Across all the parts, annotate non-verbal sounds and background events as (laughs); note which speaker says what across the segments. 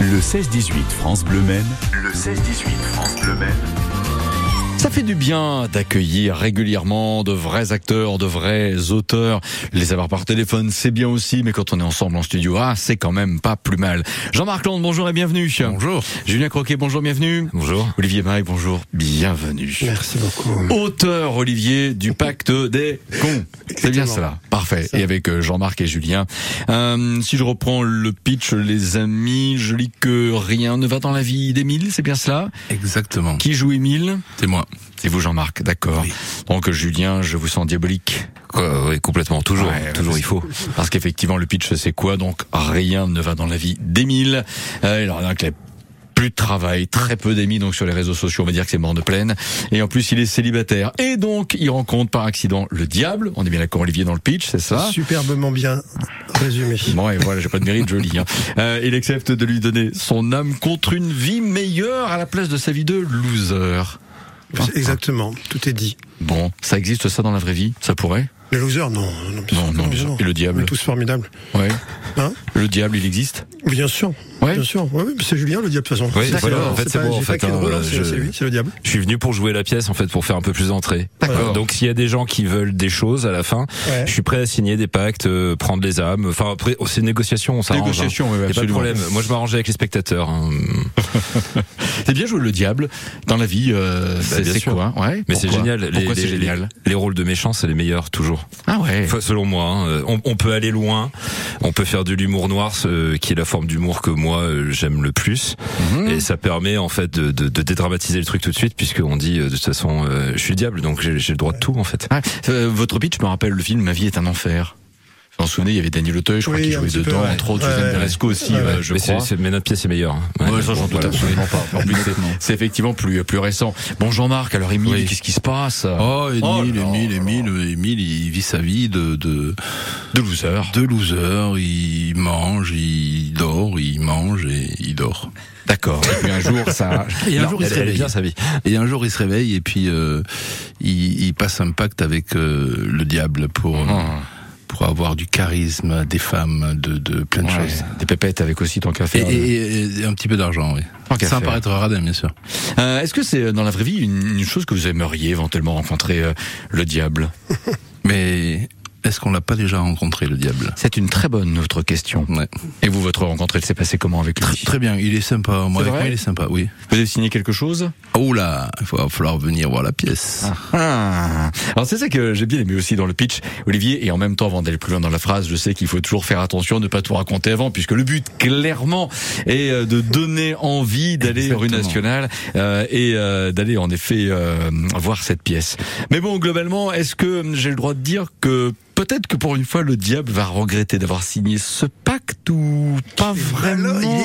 Speaker 1: Le 16-18 France Bleu Maine. Le 16-18 France Bleu Maine.
Speaker 2: Ça fait du bien d'accueillir régulièrement de vrais acteurs, de vrais auteurs. Les avoir par téléphone, c'est bien aussi, mais quand on est ensemble en studio, ah, c'est quand même pas plus mal. Jean-Marc Land, bonjour et bienvenue.
Speaker 3: Bonjour.
Speaker 2: Julien Croquet, bonjour, bienvenue.
Speaker 3: Bonjour.
Speaker 2: Olivier Maille, bonjour, bienvenue.
Speaker 4: Merci beaucoup.
Speaker 2: Auteur, Olivier, du pacte des cons. C'est bien
Speaker 4: Exactement.
Speaker 2: cela. Parfait.
Speaker 4: Ça.
Speaker 2: Et avec euh, Jean-Marc et Julien. Euh, si je reprends le pitch, les amis, je lis que rien ne va dans la vie d'Émile, c'est bien cela.
Speaker 3: Exactement.
Speaker 2: Qui joue Émile
Speaker 3: C'est moi.
Speaker 2: C'est vous Jean-Marc, d'accord.
Speaker 3: Oui.
Speaker 2: Donc euh, Julien, je vous sens diabolique.
Speaker 3: Quoi, oui, complètement. Toujours.
Speaker 2: Ouais,
Speaker 3: toujours,
Speaker 2: parce-
Speaker 3: il faut.
Speaker 2: Parce qu'effectivement, le pitch, c'est quoi Donc rien ne va dans la vie d'Émile. Euh, il en a un qui a plus de travail, très peu d'amis, donc sur les réseaux sociaux, on va dire que c'est mort de plaine. Et en plus, il est célibataire. Et donc, il rencontre par accident le diable. On est bien d'accord, Olivier, dans le pitch, c'est ça
Speaker 4: Superbement bien résumé.
Speaker 2: Bon, et voilà, j'ai pas de mérite, je lis. hein. Euh, il accepte de lui donner son âme contre une vie meilleure à la place de sa vie de loser.
Speaker 4: Exactement, tout est dit.
Speaker 2: Bon, ça existe ça dans la vraie vie Ça pourrait
Speaker 4: Le loser, non.
Speaker 2: Non, non, bien sûr. Et le diable
Speaker 4: On est tous formidables.
Speaker 2: Ouais.
Speaker 4: Hein
Speaker 2: Le diable, il existe
Speaker 4: Bien sûr.
Speaker 2: Ouais.
Speaker 4: Bien sûr. Oui, oui, c'est Julien, le diable, de toute façon.
Speaker 3: Oui,
Speaker 4: C'est-
Speaker 3: voilà,
Speaker 4: c'est-
Speaker 3: en fait,
Speaker 4: c'est
Speaker 3: c'est
Speaker 4: pas-
Speaker 3: moi, en
Speaker 4: j'ai pas
Speaker 3: fait,
Speaker 4: qu'une
Speaker 3: hein,
Speaker 4: roue,
Speaker 3: voilà,
Speaker 4: c'est
Speaker 3: je-
Speaker 4: c'est lui, c'est le diable.
Speaker 3: Je suis venu pour jouer la pièce, en fait, pour faire un peu plus d'entrée.
Speaker 2: D'accord.
Speaker 3: Euh, Donc, s'il y a des gens qui veulent des choses à la fin,
Speaker 4: Ouais.
Speaker 3: je suis prêt à signer des pactes, euh, prendre les âmes. Enfin, après, oh, c'est une négociation, on s'arrange.
Speaker 2: Négociation, oui,
Speaker 3: hein. Y a pas de
Speaker 2: absolument.
Speaker 3: problème. Moi, je m'arrange avec les spectateurs. hein.
Speaker 2: C'est bien joué le diable dans la vie. euh, c'est
Speaker 3: Bah, bien
Speaker 2: c'est
Speaker 3: sûr.
Speaker 2: quoi ouais,
Speaker 3: Mais c'est
Speaker 2: pourquoi
Speaker 3: génial. Les-
Speaker 2: Pourquoi
Speaker 3: les-
Speaker 2: c'est
Speaker 3: les-
Speaker 2: génial
Speaker 3: les rôles de méchants, c'est les meilleurs, toujours.
Speaker 2: Ah ouais.
Speaker 3: Enfin, selon moi, hein, euh, on, on peut aller loin, on peut faire de l'humour noir, ce- qui est la forme d'humour que moi euh, j'aime le plus,
Speaker 2: Mhm.
Speaker 3: et ça permet en fait de, de- de dédramatiser le truc tout de suite, puisqu'on dit euh, de toute façon, euh, je suis le diable, donc j'ai j'ai le droit de tout en fait.
Speaker 2: Ah, euh, votre pitch me rappelle le film Ma vie est un enfer. Vous vous en souvenez, il y avait Daniel Auteuil, je crois
Speaker 4: Oui,
Speaker 2: qu'il
Speaker 4: un
Speaker 2: jouait
Speaker 4: petit peu,
Speaker 2: dedans,
Speaker 4: ouais.
Speaker 2: entre autres,
Speaker 4: Ouais,
Speaker 2: Suzanne
Speaker 4: ouais.
Speaker 2: Veresco aussi,
Speaker 4: Ouais,
Speaker 2: euh, je
Speaker 3: mais
Speaker 2: crois.
Speaker 3: c'est- c'est- mais notre pièce est meilleure. hein. Ouais,
Speaker 2: Ouais, ça, j'en
Speaker 3: bon,
Speaker 2: doute
Speaker 3: voilà.
Speaker 2: absolument pas. En plus, c'est- c'est effectivement plus, plus récent. Bon, Jean-Marc, alors Émile,
Speaker 5: Oui.
Speaker 2: qu'est-ce qui se passe Oh
Speaker 5: Oh, Émile,
Speaker 2: là
Speaker 5: Émile,
Speaker 2: là
Speaker 5: Émile, Émile, il vit sa vie de, de,
Speaker 2: De loser.
Speaker 5: de loser, il mange, il dort, il mange et il dort.
Speaker 2: D'accord. Et puis un
Speaker 5: (laughs)
Speaker 2: jour, ça...
Speaker 5: Et
Speaker 3: Non, elle, elle est bien sa vie.
Speaker 5: Et un jour, il se réveille et puis euh, il, il passe un pacte avec euh, le diable pour, euh,
Speaker 2: Hum,
Speaker 5: pour avoir du charisme, des femmes, de, de plein de
Speaker 2: ouais.
Speaker 5: choses.
Speaker 2: Des pépettes avec aussi ton café.
Speaker 5: Et, et- et- et un petit peu d'argent, oui.
Speaker 2: Tant qu'à
Speaker 5: Sans
Speaker 2: faire.
Speaker 5: paraître radin, bien sûr.
Speaker 2: Euh, Est-ce que c'est euh, dans la vraie vie une, une chose que vous aimeriez éventuellement rencontrer euh, le diable
Speaker 5: Mais est-ce qu'on l'a pas déjà rencontré, le diable
Speaker 2: C'est une très bonne autre question.
Speaker 5: Ouais.
Speaker 2: Et vous, votre rencontre, elle s'est passée comment avec lui
Speaker 5: Très bien, il est sympa.
Speaker 2: C'est
Speaker 5: Moi, avec
Speaker 2: vrai
Speaker 5: moi, il est sympa, oui.
Speaker 2: Vous avez signé quelque chose
Speaker 5: Oh là, il va falloir venir voir la pièce.
Speaker 2: Ah. Alors c'est ça que j'ai bien aimé aussi dans le pitch, Olivier, et en même temps, avant d'aller plus loin dans la phrase, je sais qu'il faut toujours faire attention, ne pas tout raconter avant, puisque le but, clairement, est euh, de donner envie d'aller rue
Speaker 5: Exactement.
Speaker 2: nationale euh, et euh, d'aller en effet euh, voir cette pièce. Mais bon, globalement, est-ce que j'ai le droit de dire que peut-être que pour une fois, le diable va regretter d'avoir signé ce pacte ou pas vraiment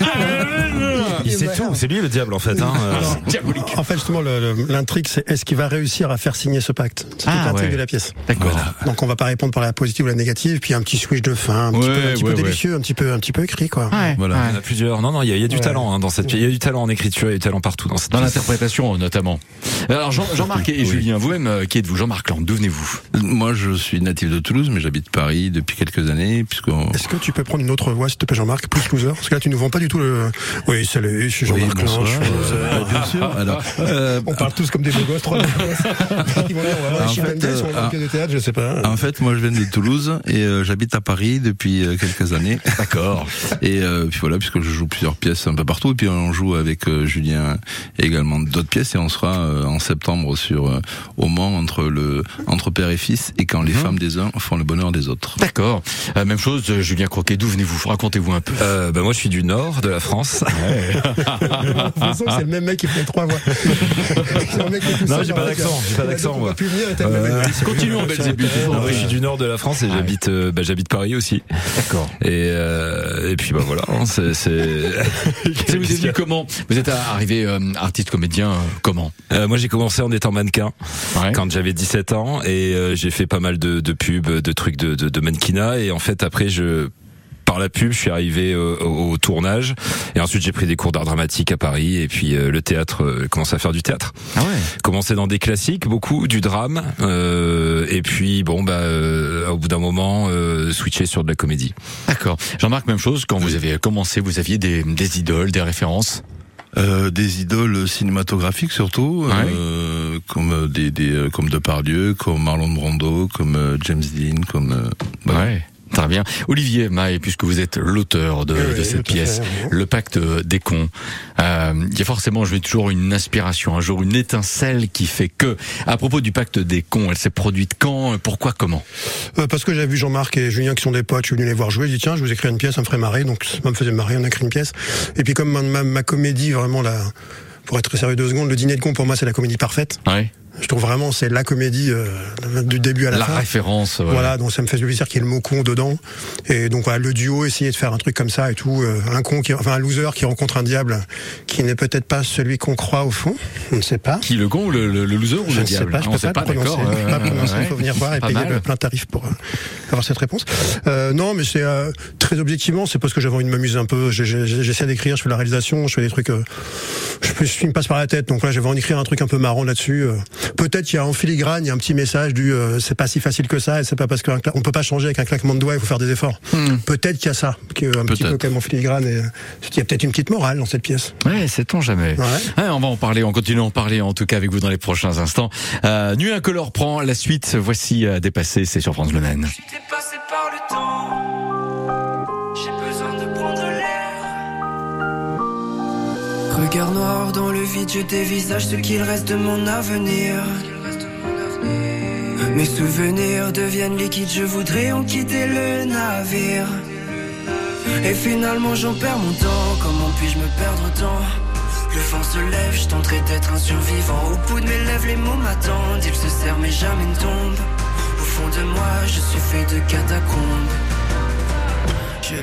Speaker 2: Ah.
Speaker 3: Il sait tout, c'est lui le diable en fait. hein.
Speaker 4: Alors,
Speaker 2: (laughs) Diabolique.
Speaker 4: En fait, justement, le- le- l'intrigue, c'est est-ce qu'il va réussir à faire signer ce pacte C'est
Speaker 2: Ah,
Speaker 4: toute l'intrigue
Speaker 2: ouais.
Speaker 4: de la pièce.
Speaker 2: D'accord.
Speaker 4: Donc, on va pas répondre par la positive ou la négative, puis un petit switch de fin, un petit
Speaker 2: Ouais,
Speaker 4: peu, un petit peu
Speaker 2: ouais, ouais.
Speaker 4: délicieux, un petit peu, un petit peu écrit, quoi.
Speaker 2: Ah,
Speaker 3: Ah,
Speaker 5: Voilà.
Speaker 3: Il y en a plusieurs. Non, non, il y a, il y a du
Speaker 4: Ouais.
Speaker 3: talent hein, dans cette. pièce. Il y a du talent en écriture, il y a du talent partout dans cette.
Speaker 2: Dans
Speaker 3: pièce.
Speaker 2: l'interprétation, euh, notamment. Alors, Jean- Jean-Marc et
Speaker 5: Oui.
Speaker 2: Julien, vous-même, euh, qui êtes-vous Jean-Marc Land, d'où venez-vous
Speaker 5: Moi, je suis natif de Toulouse, mais j'habite Paris depuis quelques années, puisqu'on...
Speaker 4: Est-ce que tu peux prendre une autre voix, s'il te plaît, Jean-Marc, plus loser Parce que là, tu nous vends pas du tout le. Oui, salut, je suis
Speaker 5: Oui,
Speaker 4: Jean-Marc Lange,
Speaker 5: bonsoir.
Speaker 4: je suis loser.
Speaker 5: Euh,
Speaker 2: Ah.
Speaker 5: bien sûr.
Speaker 2: (laughs)
Speaker 5: Alors, euh,
Speaker 4: On parle tous comme des beaux gosses, trois beaux
Speaker 3: (laughs)
Speaker 4: gosses. Ils vont dire, on va voir
Speaker 5: En
Speaker 4: les
Speaker 5: fait,
Speaker 4: Chippendales
Speaker 5: euh,
Speaker 4: sur le pied de théâtre, je sais pas.
Speaker 3: ah.
Speaker 5: en fait, moi, je viens de Toulouse et euh, j'habite à Paris depuis euh, quelques (laughs) années.
Speaker 2: D'accord.
Speaker 5: Et euh, puis voilà, puisque je joue plusieurs pièces un peu partout, et puis on joue avec euh, Julien également d'autres pièces, et on sera euh, en septembre sur euh, au Mans entre le entre père et fils, et quand les femmes des uns font le bonheur des autres.
Speaker 2: D'accord. Euh, même chose, euh, Julien Croquet, d'où venez-vous Racontez-vous un peu.
Speaker 3: Euh, bah, moi, je suis du nord de la France. (laughs)
Speaker 4: De toute façon, c'est le même mec qui fait trois voix. C'est un mec qui est tout
Speaker 3: Non,
Speaker 4: seul
Speaker 3: j'ai
Speaker 4: dans
Speaker 3: pas
Speaker 4: la
Speaker 3: d'accent,
Speaker 4: gueule.
Speaker 3: j'ai pas
Speaker 4: Il a
Speaker 3: d'accent,
Speaker 4: donc
Speaker 3: moi.
Speaker 4: pas pu venir et t'as le même
Speaker 3: Euh,
Speaker 4: mec.
Speaker 2: (laughs) continuons, Belzébuth. Ah
Speaker 3: Non, moi, je suis du nord de la France et j'habite euh, bah, j'habite Paris aussi.
Speaker 2: D'accord.
Speaker 3: Et, euh, et puis bah voilà, hein, c'est c'est-
Speaker 2: (laughs) vous êtes venu comment Vous êtes arrivé euh, artiste comédien euh, comment
Speaker 3: Euh, moi j'ai commencé en étant mannequin
Speaker 2: Ouais.
Speaker 3: quand j'avais 17 ans et euh, j'ai fait pas mal de, de pubs, de trucs de, de, de mannequinat et en fait après je par la pub, je suis arrivé euh, au, au tournage et ensuite j'ai pris des cours d'art dramatique à Paris et puis euh, le théâtre, euh, commence à faire du théâtre.
Speaker 2: Ah ouais.
Speaker 3: Commencé dans des classiques, beaucoup du drame euh, et puis bon bah euh, au bout d'un moment euh, switcher sur de la comédie.
Speaker 2: D'accord. Jean-Marc, même chose, quand vous avez commencé, vous aviez des, des idoles, des références
Speaker 5: Euh, des idoles cinématographiques surtout,
Speaker 2: Ouais.
Speaker 5: euh, comme euh, des, des euh, comme Depardieu, comme Marlon Brando, comme euh, James Dean, comme euh, voilà.
Speaker 2: Ouais. Très bien. Olivier Maille, puisque vous êtes l'auteur de,
Speaker 4: Oui,
Speaker 2: de
Speaker 4: oui,
Speaker 2: cette
Speaker 4: tout à fait,
Speaker 2: pièce,
Speaker 4: oui.
Speaker 2: Le pacte des cons, euh, il y a forcément, je vais toujours une inspiration, un jour une étincelle qui fait que, à propos du pacte des cons, elle s'est produite quand, pourquoi, comment
Speaker 4: Euh, Parce que j'avais vu Jean-Marc et Julien qui sont des potes, je suis venu les voir jouer, j'ai dit tiens, je vous écris une pièce, ça me ferait marrer, donc ça me faisait marrer, on a écrit une pièce. Et puis comme ma, ma- ma comédie, vraiment là, pour être très sérieux deux secondes, le dîner de con pour moi c'est la comédie parfaite.
Speaker 2: ouais.
Speaker 4: Je trouve vraiment c'est la comédie euh, du début à la,
Speaker 2: La
Speaker 4: fin.
Speaker 2: référence. euh, ouais.
Speaker 4: Voilà, donc ça me fait plaisir qu'il y ait le mot con dedans. Et donc voilà, le duo, essayer de faire un truc comme ça et tout. euh, un con, qui, enfin un loser qui rencontre un diable qui n'est peut-être pas celui qu'on croit au fond, on ne sait pas.
Speaker 2: Qui le con, ou le, le- le loser ou
Speaker 4: Je
Speaker 2: le
Speaker 4: ne sais
Speaker 2: diable
Speaker 4: pas, je
Speaker 2: On
Speaker 4: peux
Speaker 2: sait
Speaker 4: pas, le prononcer.
Speaker 2: d'accord.
Speaker 4: Je peux pas
Speaker 2: euh,
Speaker 4: prononcer,
Speaker 2: ouais.
Speaker 4: il faut venir voir et
Speaker 2: Pas
Speaker 4: payer
Speaker 2: mal.
Speaker 4: le plein tarif pour euh, avoir cette réponse. Euh, non, mais c'est euh, très objectivement, c'est parce que j'avais envie de m'amuser un peu. J'ai- j'ai- J'essaie d'écrire, je fais de la réalisation, je fais des trucs. euh, je, fais- ce qui me passe par la tête. Donc là, j'avais envie d'écrire un truc un peu marrant là-dessus. euh. Peut-être qu'il y a en filigrane, il y a un petit message du euh, c'est pas si facile que ça et c'est pas parce qu'on peut pas changer avec un claquement de doigts, il faut faire des efforts.
Speaker 2: Hmm.
Speaker 4: Peut-être qu'il y a ça, qui est un petit
Speaker 5: Peut-être.
Speaker 4: peu comme en filigrane. Et, euh, il y a peut-être une petite morale dans cette pièce.
Speaker 2: Ouais, sait-on jamais.
Speaker 4: Ouais.
Speaker 2: Ouais, on va en parler, on continue à en parler en tout cas avec vous dans les prochains instants. Euh, Nuit incolore prend la suite, voici euh, Dépassé, c'est sur France Le Maine.
Speaker 6: Je suis dépassé par le temps. J'ai besoin de prendre l'air. Regard noir dans le vide, je dévisage ce qu'il reste de mon avenir. Mes souvenirs deviennent liquides, je voudrais en quitter le navire. Et finalement j'en perds mon temps, comment puis-je me perdre autant Le vent se lève, je tenterai d'être un survivant Au bout de mes lèvres les mots m'attendent, ils se serrent mais jamais ne tombent Au fond de moi je suis fait de catacombes j'ai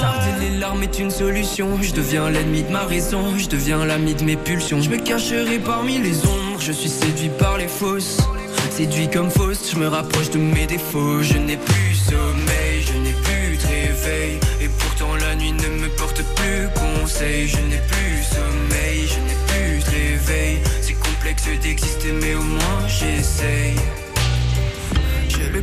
Speaker 6: Tarder les larmes est une solution. Je deviens l'ennemi de ma raison, je deviens l'ami de mes pulsions. Je me cacherai parmi les ombres, je suis séduit par les fausses. Séduit comme fausse, je me rapproche de mes défauts. Je n'ai plus sommeil, je n'ai plus de réveil. Et pourtant la nuit ne me porte plus conseil. Je n'ai plus sommeil, je n'ai plus de réveil. C'est complexe d'exister, mais au moins j'essaye. J'ai le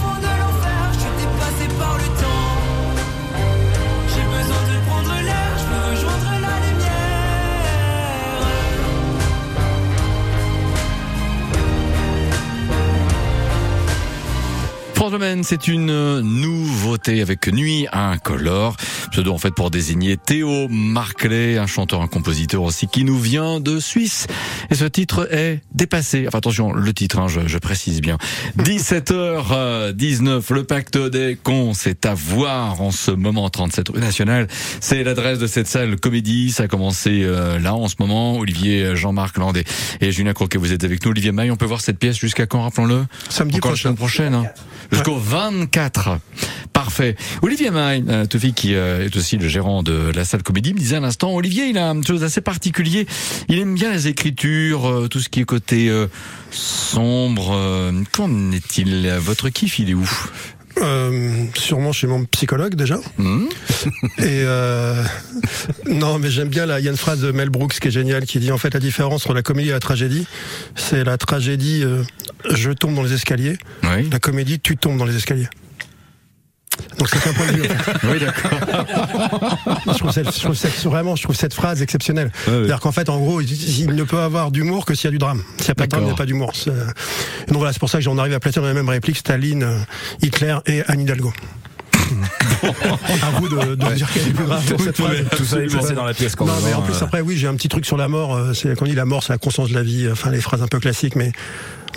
Speaker 6: fond de l'enfer. Je suis dépassé par le temps. J'ai besoin de prendre l'air, je veux rejoindre la lumière.
Speaker 2: France Bleu Maine, c'est une nouveauté avec Nuit incolore, pseudo en fait pour désigner Théo Marclay, un chanteur, un compositeur aussi qui nous vient de Suisse. Et ce titre est dépassé. Enfin attention, le titre, hein, je, je précise bien. 17h19, le pacte des cons, c'est à voir en ce moment, 37 rue nationale. C'est l'adresse de cette salle comédie, ça a commencé euh, là en ce moment. Olivier, euh, Jean-Marc Landais et Julien Croquet, vous êtes avec nous. Olivier Maille, on peut voir cette pièce jusqu'à quand, rappelons-le
Speaker 4: Samedi
Speaker 2: Encore la
Speaker 4: prochain.
Speaker 2: semaine prochaine. hein.
Speaker 4: Ah
Speaker 2: jusqu'au 24. Parfait. Olivier Maille, euh, Tofi, qui euh, est aussi le gérant de la salle comédie, me disait à l'instant, Olivier, il a une chose assez particulière. Il aime bien les écritures, euh, tout ce qui est côté euh, sombre. euh, Qu'en est-il Votre kiff, il est où
Speaker 4: Euh, sûrement chez mon psychologue déjà.
Speaker 2: Hmm
Speaker 4: Et euh, non, mais j'aime bien. là, Il y a une phrase de Mel Brooks qui est géniale, qui dit en fait la différence entre la comédie et la tragédie, c'est la tragédie, euh, je tombe dans les escaliers.
Speaker 2: Oui.
Speaker 4: La comédie, tu tombes dans les escaliers. Donc c'est un point de vue.
Speaker 3: (laughs)
Speaker 2: Oui, d'accord.
Speaker 4: je, trouve cette, je trouve cette- vraiment, je trouve cette phrase exceptionnelle. C'est-à-dire qu'en fait, en gros, il, il ne peut avoir d'humour que s'il y a du drame. S'il n'y a pas de drame, il n'y a
Speaker 2: D'accord.
Speaker 4: pas d'humour. C'est- euh, Donc voilà, c'est pour ça que j'en arrive à placer dans la même réplique Staline, euh, Hitler et Anne
Speaker 3: (laughs)
Speaker 4: Hidalgo. à vous de, de me dire quelle est plus grave pour cette phrase.
Speaker 3: Tout ça est passé dans la pièce quand
Speaker 4: Non,
Speaker 3: même,
Speaker 4: mais en
Speaker 3: hein.
Speaker 2: euh,
Speaker 4: plus, après, oui, j'ai un petit truc sur la mort. euh, C'est qu'on dit la mort, c'est la conscience de la vie. euh, Enfin, les phrases un peu classiques, mais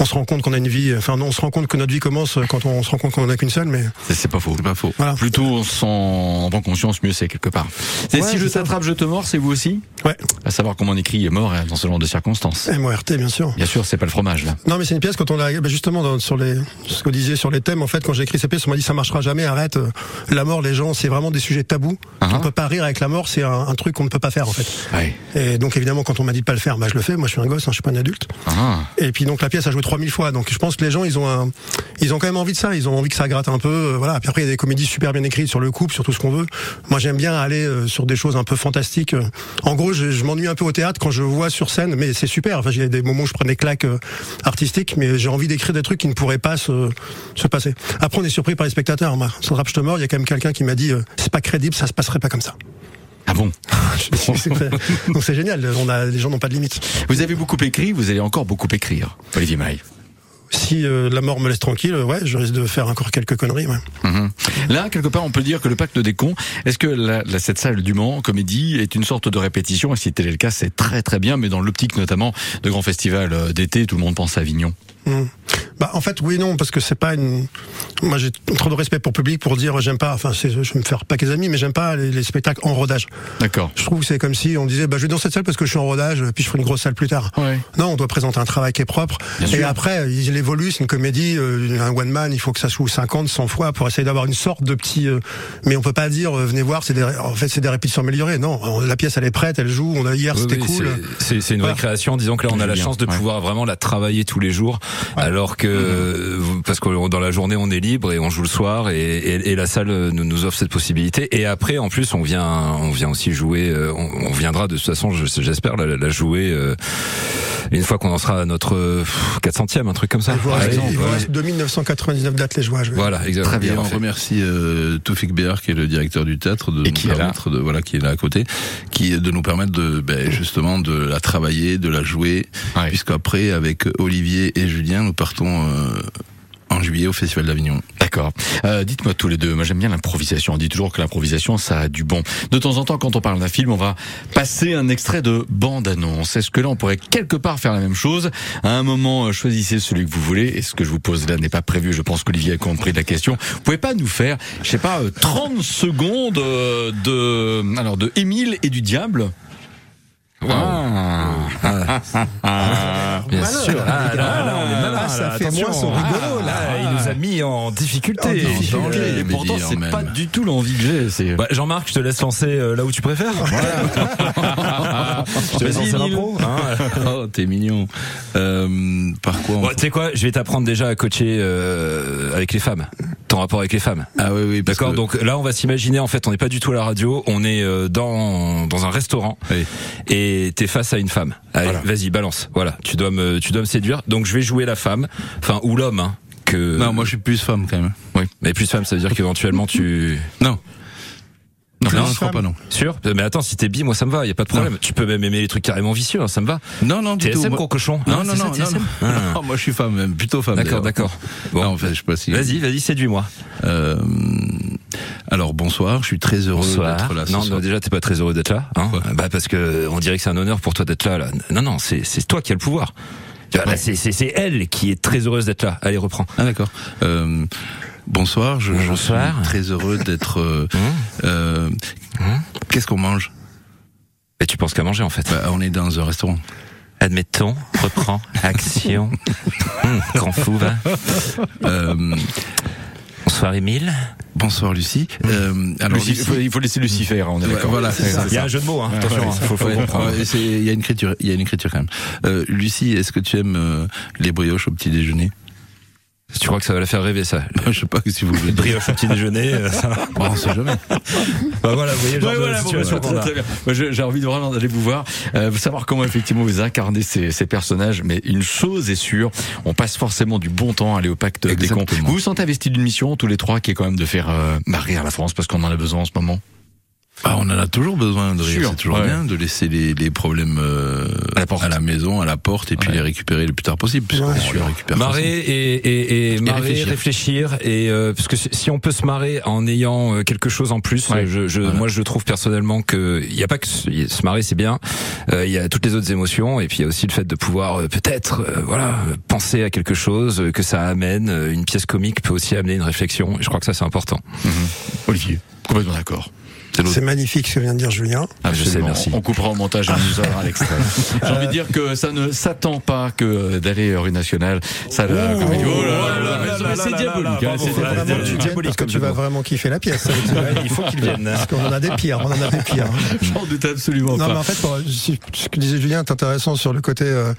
Speaker 4: on se rend compte qu'on a une vie. euh, Enfin, non, on se rend compte que notre vie commence euh, quand on se rend compte qu'on en a qu'une seule. Mais
Speaker 2: C'est- C'est pas faux.
Speaker 5: C'est pas faux.
Speaker 4: voilà.
Speaker 2: Plutôt on s'en en prend conscience, mieux c'est quelque part. C'est
Speaker 4: Ouais,
Speaker 2: si je
Speaker 4: c'est ça.
Speaker 2: t'attrape, je te mords, c'est vous aussi
Speaker 4: Ouais.
Speaker 2: À savoir comment on écrit mort hein, dans ce genre de circonstances.
Speaker 4: MORT, bien sûr.
Speaker 2: Bien sûr, c'est pas le fromage là.
Speaker 4: Non, mais c'est une pièce quand on l'a bah, justement dans, sur les ce que vous disiez sur les thèmes. En fait, quand j'ai écrit cette pièce, on m'a dit ça marchera jamais. Arrête. euh, La mort, les gens, c'est vraiment des sujets tabous.
Speaker 2: Ah, ah.
Speaker 4: On peut pas rire avec la mort. C'est un, un truc qu'on ne peut pas faire en fait.
Speaker 2: Ouais.
Speaker 4: Et donc évidemment, quand on m'a dit de pas le faire, bah je le fais. Moi, je suis un gosse, hein, je suis pas un adulte.
Speaker 2: Ah.
Speaker 4: Et puis donc la pièce a joué 3000 fois. Donc je pense que les gens, ils ont un, ils ont quand même envie de ça. Ils ont envie que ça gratte un peu. euh, voilà. Puis après, il y a des comédies super bien écrites sur le couple, sur tout ce qu'on veut. Moi, j'aime bien aller euh, sur des choses un peu fantastiques. euh. En gros, je, je m'ennuie un peu au théâtre quand je vois sur scène, mais c'est super. Enfin, il y a des moments où je prends des claques euh, artistiques, mais j'ai envie d'écrire des trucs qui ne pourraient pas se, se passer. Après, on est surpris par les spectateurs. Moi, sur Rap, je te mords, il y a quand même quelqu'un qui m'a dit, euh, c'est pas crédible, ça se passerait pas comme ça. (laughs)
Speaker 2: Ah bon
Speaker 4: donc c'est génial. On a, les gens n'ont pas de limite.
Speaker 2: Vous avez beaucoup écrit, vous allez encore beaucoup écrire, Olivier Maille.
Speaker 4: Si euh, la mort me laisse tranquille, ouais, je risque de faire encore quelques conneries. ouais.
Speaker 2: Mhm. Là, quelque part, on peut dire que le pacte des cons, est-ce que la, la- cette salle du Mans, comédie, est une sorte de répétition Et si tel est le cas, c'est très très bien, mais dans l'optique notamment de grands festivals euh, d'été, tout le monde pense à Avignon.
Speaker 4: Hmm. Bah en fait oui non parce que c'est pas une moi j'ai trop de respect pour le public pour dire j'aime pas enfin c'est- je vais me faire pas que des amis mais j'aime pas les, les spectacles en rodage.
Speaker 2: D'accord.
Speaker 4: Je trouve que c'est comme si on disait bah je vais dans cette salle parce que je suis en rodage puis je ferai une grosse salle plus tard.
Speaker 2: Ouais.
Speaker 4: Non, on doit présenter un travail qui est propre.
Speaker 2: Bien
Speaker 4: et
Speaker 2: sûr.
Speaker 4: après, il évolue, c'est une comédie, euh, un one man, il faut que ça se joue 50, 100 fois pour essayer d'avoir une sorte de petit. euh, mais on peut pas dire, euh, venez voir, c'est des, ré- en fait, c'est des répétitions améliorées. Non, on- la pièce, elle est prête, elle joue. On a hier,
Speaker 3: Oui,
Speaker 4: c'était
Speaker 3: oui,
Speaker 4: cool. Ah.
Speaker 3: c'est- C'est c'est une vraie
Speaker 4: Voilà.
Speaker 3: création. Disons que là, on a la
Speaker 2: Julien,
Speaker 3: chance de
Speaker 2: ouais.
Speaker 3: pouvoir vraiment la travailler tous les jours, alors que
Speaker 4: Mm-hmm.
Speaker 3: euh, vous- parce que dans la journée, on est libre et on joue le soir, et, et- et la salle euh, nous, nous offre cette possibilité. Et après, en plus, on vient, on vient aussi jouer. euh, On, on viendra de toute façon, je- j'espère la, la jouer euh, une fois qu'on en sera à notre euh, pff, 400e, un truc comme ça.
Speaker 4: Il vous
Speaker 3: par
Speaker 4: reste-
Speaker 3: exemple.
Speaker 4: il vous
Speaker 3: Ouais.
Speaker 4: reste 2999 dates les jouages. oui.
Speaker 3: Voilà, exactement.
Speaker 2: Très bien,
Speaker 3: Et
Speaker 5: Et on
Speaker 3: parfait.
Speaker 5: remercie euh, Toufik Béar, qui est le directeur du théâtre, de
Speaker 2: Et
Speaker 5: nous
Speaker 2: qui est là.
Speaker 5: permettre de voilà qui est là à côté, qui de nous permettre de ben, justement de la travailler, de la jouer,
Speaker 2: Ouais.
Speaker 5: puisqu'après avec Olivier et Julien, nous partons euh, en juillet au Festival d'Avignon.
Speaker 2: D'accord. Euh, Dites-moi tous les deux, moi j'aime bien l'improvisation. On dit toujours que l'improvisation, ça a du bon. De temps en temps, quand on parle d'un film, on va passer un extrait de bande-annonce. Est-ce que là, on pourrait quelque part faire la même chose À un moment, euh, choisissez celui que vous voulez. Et ce que je vous pose là n'est pas prévu. Je pense qu'Olivier a compris la question. Vous pouvez pas nous faire, je sais pas, euh, 30 secondes euh, de... Alors, de Émile et du Diable Ah.
Speaker 3: Bien
Speaker 4: Malin.
Speaker 3: sûr. Ah, là, là, on est malin,
Speaker 4: Ah, ça
Speaker 3: là,
Speaker 4: fait
Speaker 3: attention.
Speaker 4: moins son rigolo, là.
Speaker 3: Ah, il nous a mis en difficulté.
Speaker 4: En difficulté.
Speaker 2: Ok,
Speaker 5: Euh,
Speaker 2: et pourtant,
Speaker 5: mais dis en
Speaker 2: c'est
Speaker 5: même.
Speaker 2: pas du tout l'envie que j'ai. c'est- euh,
Speaker 3: Bah, Jean-Marc, je te laisse lancer euh, là où tu préfères. (laughs) je te laisse
Speaker 2: Vas-y,
Speaker 3: lancer
Speaker 2: Emile.
Speaker 3: l'impro. hein.
Speaker 5: oh, t'es mignon. Euh, par quoi on
Speaker 3: Bon, tu sais quoi, je vais t'apprendre déjà à coacher euh, avec les femmes. Ton rapport avec les femmes.
Speaker 5: Ah oui oui. parce
Speaker 3: D'accord,
Speaker 5: que-
Speaker 3: donc là on va s'imaginer en fait, on n'est pas du tout à la radio, on est euh, dans dans un restaurant
Speaker 5: Oui.
Speaker 3: et t'es face à une femme. Allez, vas-y, balance. Voilà, tu dois me tu dois me séduire. Donc je vais jouer la femme, enfin ou l'homme hein, que
Speaker 5: Non, moi je suis plus femme quand même.
Speaker 3: Oui. Mais plus femme, ça veut dire qu'éventuellement
Speaker 5: (laughs)
Speaker 3: tu
Speaker 5: Non. Non,
Speaker 4: Plus
Speaker 5: non, je crois
Speaker 4: femme.
Speaker 5: pas non.
Speaker 3: sûr Mais attends, si t'es bi, moi ça me va, y a pas de problème. Tu peux même aimer les trucs carrément vicieux, hein, ça me va.
Speaker 5: Non non du
Speaker 3: TSM,
Speaker 5: tout. moi-
Speaker 3: gros cochon.
Speaker 5: Non
Speaker 2: Ah,
Speaker 3: Hein,
Speaker 5: non
Speaker 3: c'est
Speaker 5: non
Speaker 3: ça, TSM?
Speaker 5: non, (laughs) non. Non, Moi je suis femme, même plutôt femme.
Speaker 3: D'accord,
Speaker 5: d'ailleurs.
Speaker 3: d'accord. Bon.
Speaker 5: Non, en fait, je sais pas si.
Speaker 3: Vas-y, vas-y, séduis-moi.
Speaker 5: Euh, alors bonsoir, je suis très heureux d'être là. ce
Speaker 3: Non,
Speaker 5: soir.
Speaker 3: non, déjà t'es pas très heureux d'être là, hein Bah parce que on dirait que c'est un honneur pour toi d'être là. là. Non, non, c'est c'est toi qui as le pouvoir. Tu vois, là, c'est- c'est c'est elle qui est très heureuse d'être là. Allez, reprends.
Speaker 5: Ah d'accord. Euh, bonsoir, je, je
Speaker 3: Bonsoir. Hein
Speaker 5: suis très heureux d'être. euh, euh, Qu'est-ce qu'on mange
Speaker 3: Mais tu penses qu'à manger en fait.
Speaker 5: Bah, On est dans un restaurant.
Speaker 3: Admettons, reprends, action. Hum, grand fou, va.
Speaker 5: Euh,
Speaker 3: Bonsoir Émile.
Speaker 5: Bonsoir Lucie. Euh,
Speaker 3: Ah
Speaker 5: alors
Speaker 2: Lucie-
Speaker 5: Lucie-
Speaker 2: faut- il faut laisser Lucie
Speaker 3: hein,
Speaker 2: faire, on est d'accord.
Speaker 5: voilà, c'est ça.
Speaker 3: Il y a un jeu de mots, hein.
Speaker 2: Ouais,
Speaker 3: attention,
Speaker 2: ouais,
Speaker 3: hein, faut, faut
Speaker 5: Ouais,
Speaker 3: comprendre.
Speaker 5: ouais, c'est- Il y a une écriture, il y a une écriture quand même. Euh, Lucie, est-ce que tu aimes euh, les brioches au petit déjeuner (laughs)
Speaker 3: Tu crois que ça va la faire rêver ça
Speaker 5: Je sais pas si vous voulez. dire.
Speaker 3: Brioche au petit
Speaker 2: (laughs)
Speaker 3: déjeuner, euh, ça va.
Speaker 5: Bon, on sait jamais.
Speaker 3: Bah voilà, vous voyez le genre
Speaker 2: Ouais,
Speaker 3: de
Speaker 2: voilà, bon,
Speaker 3: situation
Speaker 2: bah,
Speaker 3: qu'on a.
Speaker 2: très, très bien. Moi, je- J'ai envie de vraiment d'aller vous voir, euh, savoir comment effectivement vous incarnez ces, ces personnages. Mais une chose est sûre, on passe forcément du bon temps à aller au pacte des cons.
Speaker 5: Exactement.
Speaker 2: Vous vous sentez investi d'une mission tous les trois qui est quand même de faire euh, marrer à la France parce qu'on en a besoin en ce moment.
Speaker 5: Ah, on en a toujours besoin de
Speaker 2: Sûr,
Speaker 5: rire. C'est toujours
Speaker 2: ouais.
Speaker 5: bien de laisser les, les problèmes euh,
Speaker 2: À la porte.
Speaker 5: maison, à la porte, et puis
Speaker 2: Ouais.
Speaker 5: les récupérer le plus tard possible, puisqu'on
Speaker 4: Ouais,
Speaker 5: les
Speaker 4: sûr.
Speaker 5: récupère.
Speaker 3: Marrer
Speaker 5: forcément.
Speaker 3: et, et, et, marrer, réfléchir.
Speaker 5: réfléchir.
Speaker 3: et euh, parce que si- si on peut se marrer en ayant euh, quelque chose en plus,
Speaker 2: Ouais.
Speaker 3: euh, je, je- moi je trouve personnellement que il y a pas que se y- se marrer c'est bien, euh, il y a toutes les autres émotions et puis il y a aussi le fait de pouvoir euh, peut-être euh, voilà euh, penser à quelque chose euh, que ça amène, euh, une pièce comique peut aussi amener une réflexion et je crois que ça c'est important.
Speaker 2: Olivier, complètement d'accord.
Speaker 4: C'est magnifique ce que vient de dire Julien.
Speaker 3: je sais,
Speaker 2: Absolument.
Speaker 3: merci.
Speaker 2: On coupera au montage, on nous aura (laughs) l'extrait. J'ai envie de dire que ça ne s'attend pas que d'aller rue nationale. Ça, la comédie- oh là là, mais c'est diabolique. hein,
Speaker 4: Faut
Speaker 2: c'est
Speaker 4: vraiment que tu viennes parce que tu vas vraiment kiffer la pièce. Il faut qu'il vienne. Parce qu'on en a des pires, on en a des pires.
Speaker 2: J'en doute absolument
Speaker 4: Non, mais
Speaker 2: pas.
Speaker 4: en fait, pour- si- ce que disait Julien est intéressant sur le côté. euh,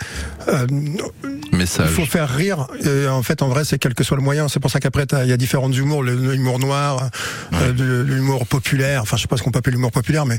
Speaker 4: euh, il
Speaker 5: Message.
Speaker 4: faut faire rire. Et en fait, en vrai, c'est quel que soit le moyen. C'est pour ça qu'après, t'as- il y a différents humours. Le- L'humour noir, euh, le- l'humour populaire. Enfin, je sais pas ce qu'on peut appeler l'humour populaire, mais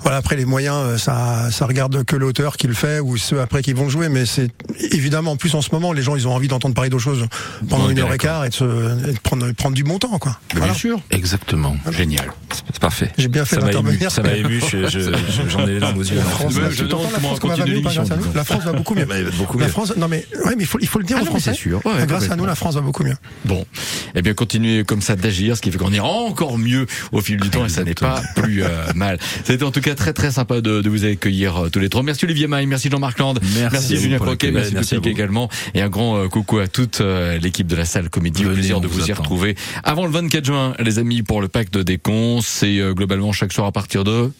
Speaker 4: voilà. Après, les moyens, euh, ça, ça regarde que l'auteur qui le fait ou ceux après qui vont le jouer. Mais c'est évidemment, en plus, en ce moment, les gens, ils ont envie d'entendre parler d'autres choses pendant
Speaker 5: On est
Speaker 4: une heure et
Speaker 5: d'accord.
Speaker 4: quart et de, se, et de prendre, prendre du bon temps, quoi.
Speaker 2: Mais
Speaker 4: Voilà.
Speaker 2: Bien sûr.
Speaker 5: Exactement.
Speaker 2: Génial.
Speaker 3: C'est parfait.
Speaker 4: J'ai bien fait
Speaker 3: ça m'a ému,
Speaker 4: d'intervenir.
Speaker 3: ça m'a ému, je- je- je- j'en ai les larmes aux (laughs) yeux.
Speaker 4: (laughs) La France,
Speaker 2: Ouais,
Speaker 4: là,
Speaker 2: je
Speaker 4: tu t'entends,
Speaker 2: demande
Speaker 4: la
Speaker 2: comment
Speaker 4: France,
Speaker 2: on
Speaker 4: comment va
Speaker 2: continue
Speaker 4: mieux par grâce à
Speaker 2: l'émission,
Speaker 4: nous La France va
Speaker 2: (laughs)
Speaker 4: beaucoup mieux.
Speaker 3: Bah, il va être beaucoup
Speaker 4: La
Speaker 3: mieux.
Speaker 4: France, non mais, ouais, mais il faut, il faut le dire
Speaker 2: Ah
Speaker 4: aux
Speaker 2: non, mais
Speaker 4: Français.
Speaker 2: c'est sûr. Ouais, ouais,
Speaker 4: grâce à nous,
Speaker 2: complètement.
Speaker 4: la France va beaucoup mieux.
Speaker 2: Bon, eh bien continuez comme ça d'agir, ce qui fait qu'on ira encore mieux au fil du temps et ça n'est pas plus euh, mal. C'était en tout cas très très sympa de, de vous accueillir euh, tous les trois. Merci Olivier Maille, merci Jean-Marc Land, merci,
Speaker 5: à vous
Speaker 2: Julien
Speaker 5: pour
Speaker 2: Croquet,
Speaker 5: l'accueil.
Speaker 2: merci,
Speaker 3: Merci à
Speaker 2: Topic
Speaker 3: vous.
Speaker 2: également et un grand euh, coucou à toute euh, l'équipe de la salle Comédie. Au
Speaker 5: Venez,
Speaker 2: plaisir
Speaker 5: on
Speaker 2: de
Speaker 5: vous
Speaker 2: vous, y
Speaker 5: attend.
Speaker 2: retrouver avant le 24 juin, les amis, pour le pacte des cons. C'est euh, globalement chaque soir à partir de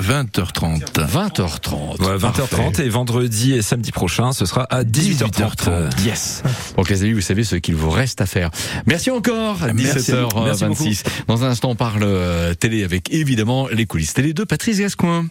Speaker 5: 20h30.
Speaker 2: 20h30.
Speaker 3: Ouais, 20h30 et vendredi et samedi prochain, ce sera à 18h30. Euh,
Speaker 2: Yes. Donc les amis, vous savez ce qu'il vous reste à faire. Merci encore.
Speaker 3: Merci. Merci beaucoup.
Speaker 2: euh, 17h26. Dans un instant, on parle euh, télé avec évidemment les coulisses télé de Patrice Gascoin.